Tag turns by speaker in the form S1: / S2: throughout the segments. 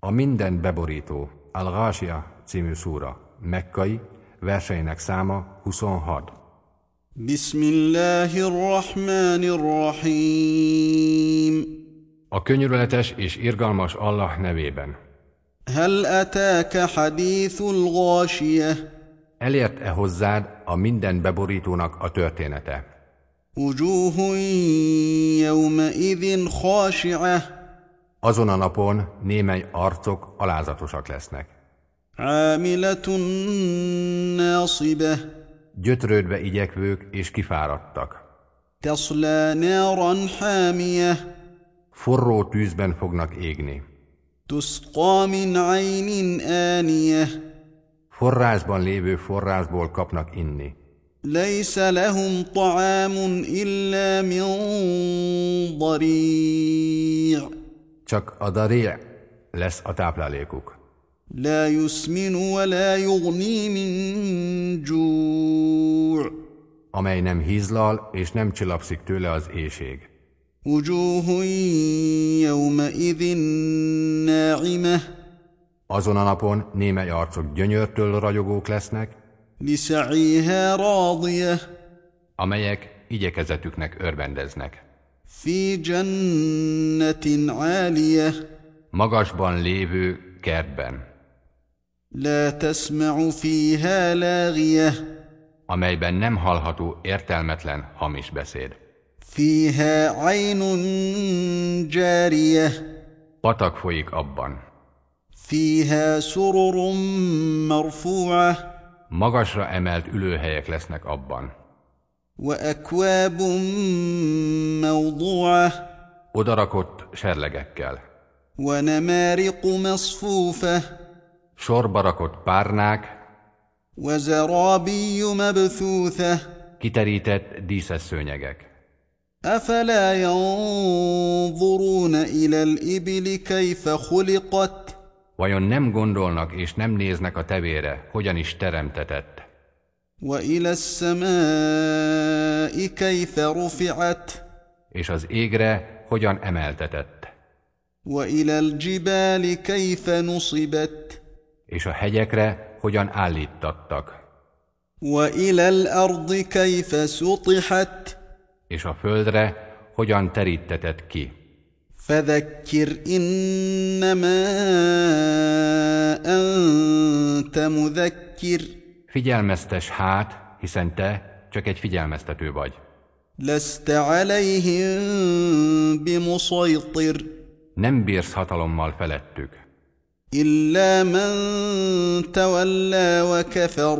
S1: A mindent beborító al című szúra, mekkai, verseinek száma 26.
S2: بسم الله الرحمن الرحيم
S1: A könyörületes és irgalmas Allah nevében.
S2: هل أتاك حديث الغاشية
S1: Elért-e hozzád a minden beborítónak a története?
S2: وجوه يومئذ خاشعة
S1: Azon a napon némely arcok alázatosak lesznek.
S2: عاملة ناصبة
S1: Gyötrődve igyekvők és kifáradtak.
S2: تصلى نارا حامية
S1: Forró tűzben fognak égni.
S2: تسقى من عين آنية
S1: Forrásban lévő forrásból kapnak inni.
S2: ليس لهم طعام إلا من ضريع
S1: Csak a daré lesz a táplálékuk.
S2: لا يسمن ولا يغني من جوع
S1: amely nem hízlal és nem csillapszik tőle az éjség.
S2: وجوه يومئذ ناعمة
S1: Azon a napon némely arcok gyönyörtől ragyogók lesznek,
S2: لسعيها راضية
S1: amelyek igyekezetüknek örvendeznek.
S2: في جنة عالية
S1: Magasban lévő kertben,
S2: لا تسمع فيها لاغية
S1: amelyben nem hallható értelmetlen hamis beszéd.
S2: فيها عين جارية
S1: Patak folyik abban.
S2: فيها سرر مرفوعه
S1: Magasra emelt ülőhelyek lesznek abban.
S2: واكواب موضوعه
S1: Odarakott serlegekkel.
S2: ونمارق مصفوفه
S1: Sorba rakott párnák,
S2: وزرابي مبثوثه
S1: kiterített díszes szőnyegek.
S2: افلا ينظرون الى الابل كيف خلقت
S1: Vajon nem gondolnak és nem néznek a tevére, hogyan is teremtetett,
S2: والى السماء كيف رفعت
S1: és az égre hogyan emeltetett,
S2: والى الجبال كيف نصبت
S1: és a hegyekre hogyan állítattak,
S2: والى الارض كيف سطحت
S1: és a földre hogyan terítetett ki.
S2: فذكر إنما أنت مذكر
S1: Figyelmeztes hát, hiszen te csak egy figyelmeztető vagy.
S2: لست عليهم بمسيطر
S1: Nem bírsz hatalommal felettük,
S2: إلا من تولى وكفر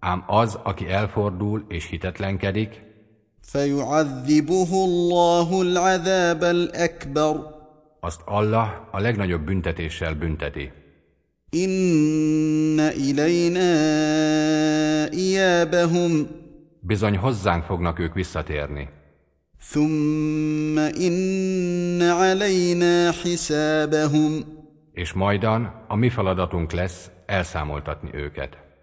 S1: ám az, aki elfordul és hitetlenkedik,
S2: فيعذبه الله العذاب الأكبر
S1: azt Allah a legnagyobb büntetéssel bünteti.
S2: إن إلينا إيابهم
S1: Bizony hozzánk fognak ők visszatérni.
S2: ثم إن علينا حسابهم
S1: és majdan a mi feladatunk lesz elszámoltatni őket.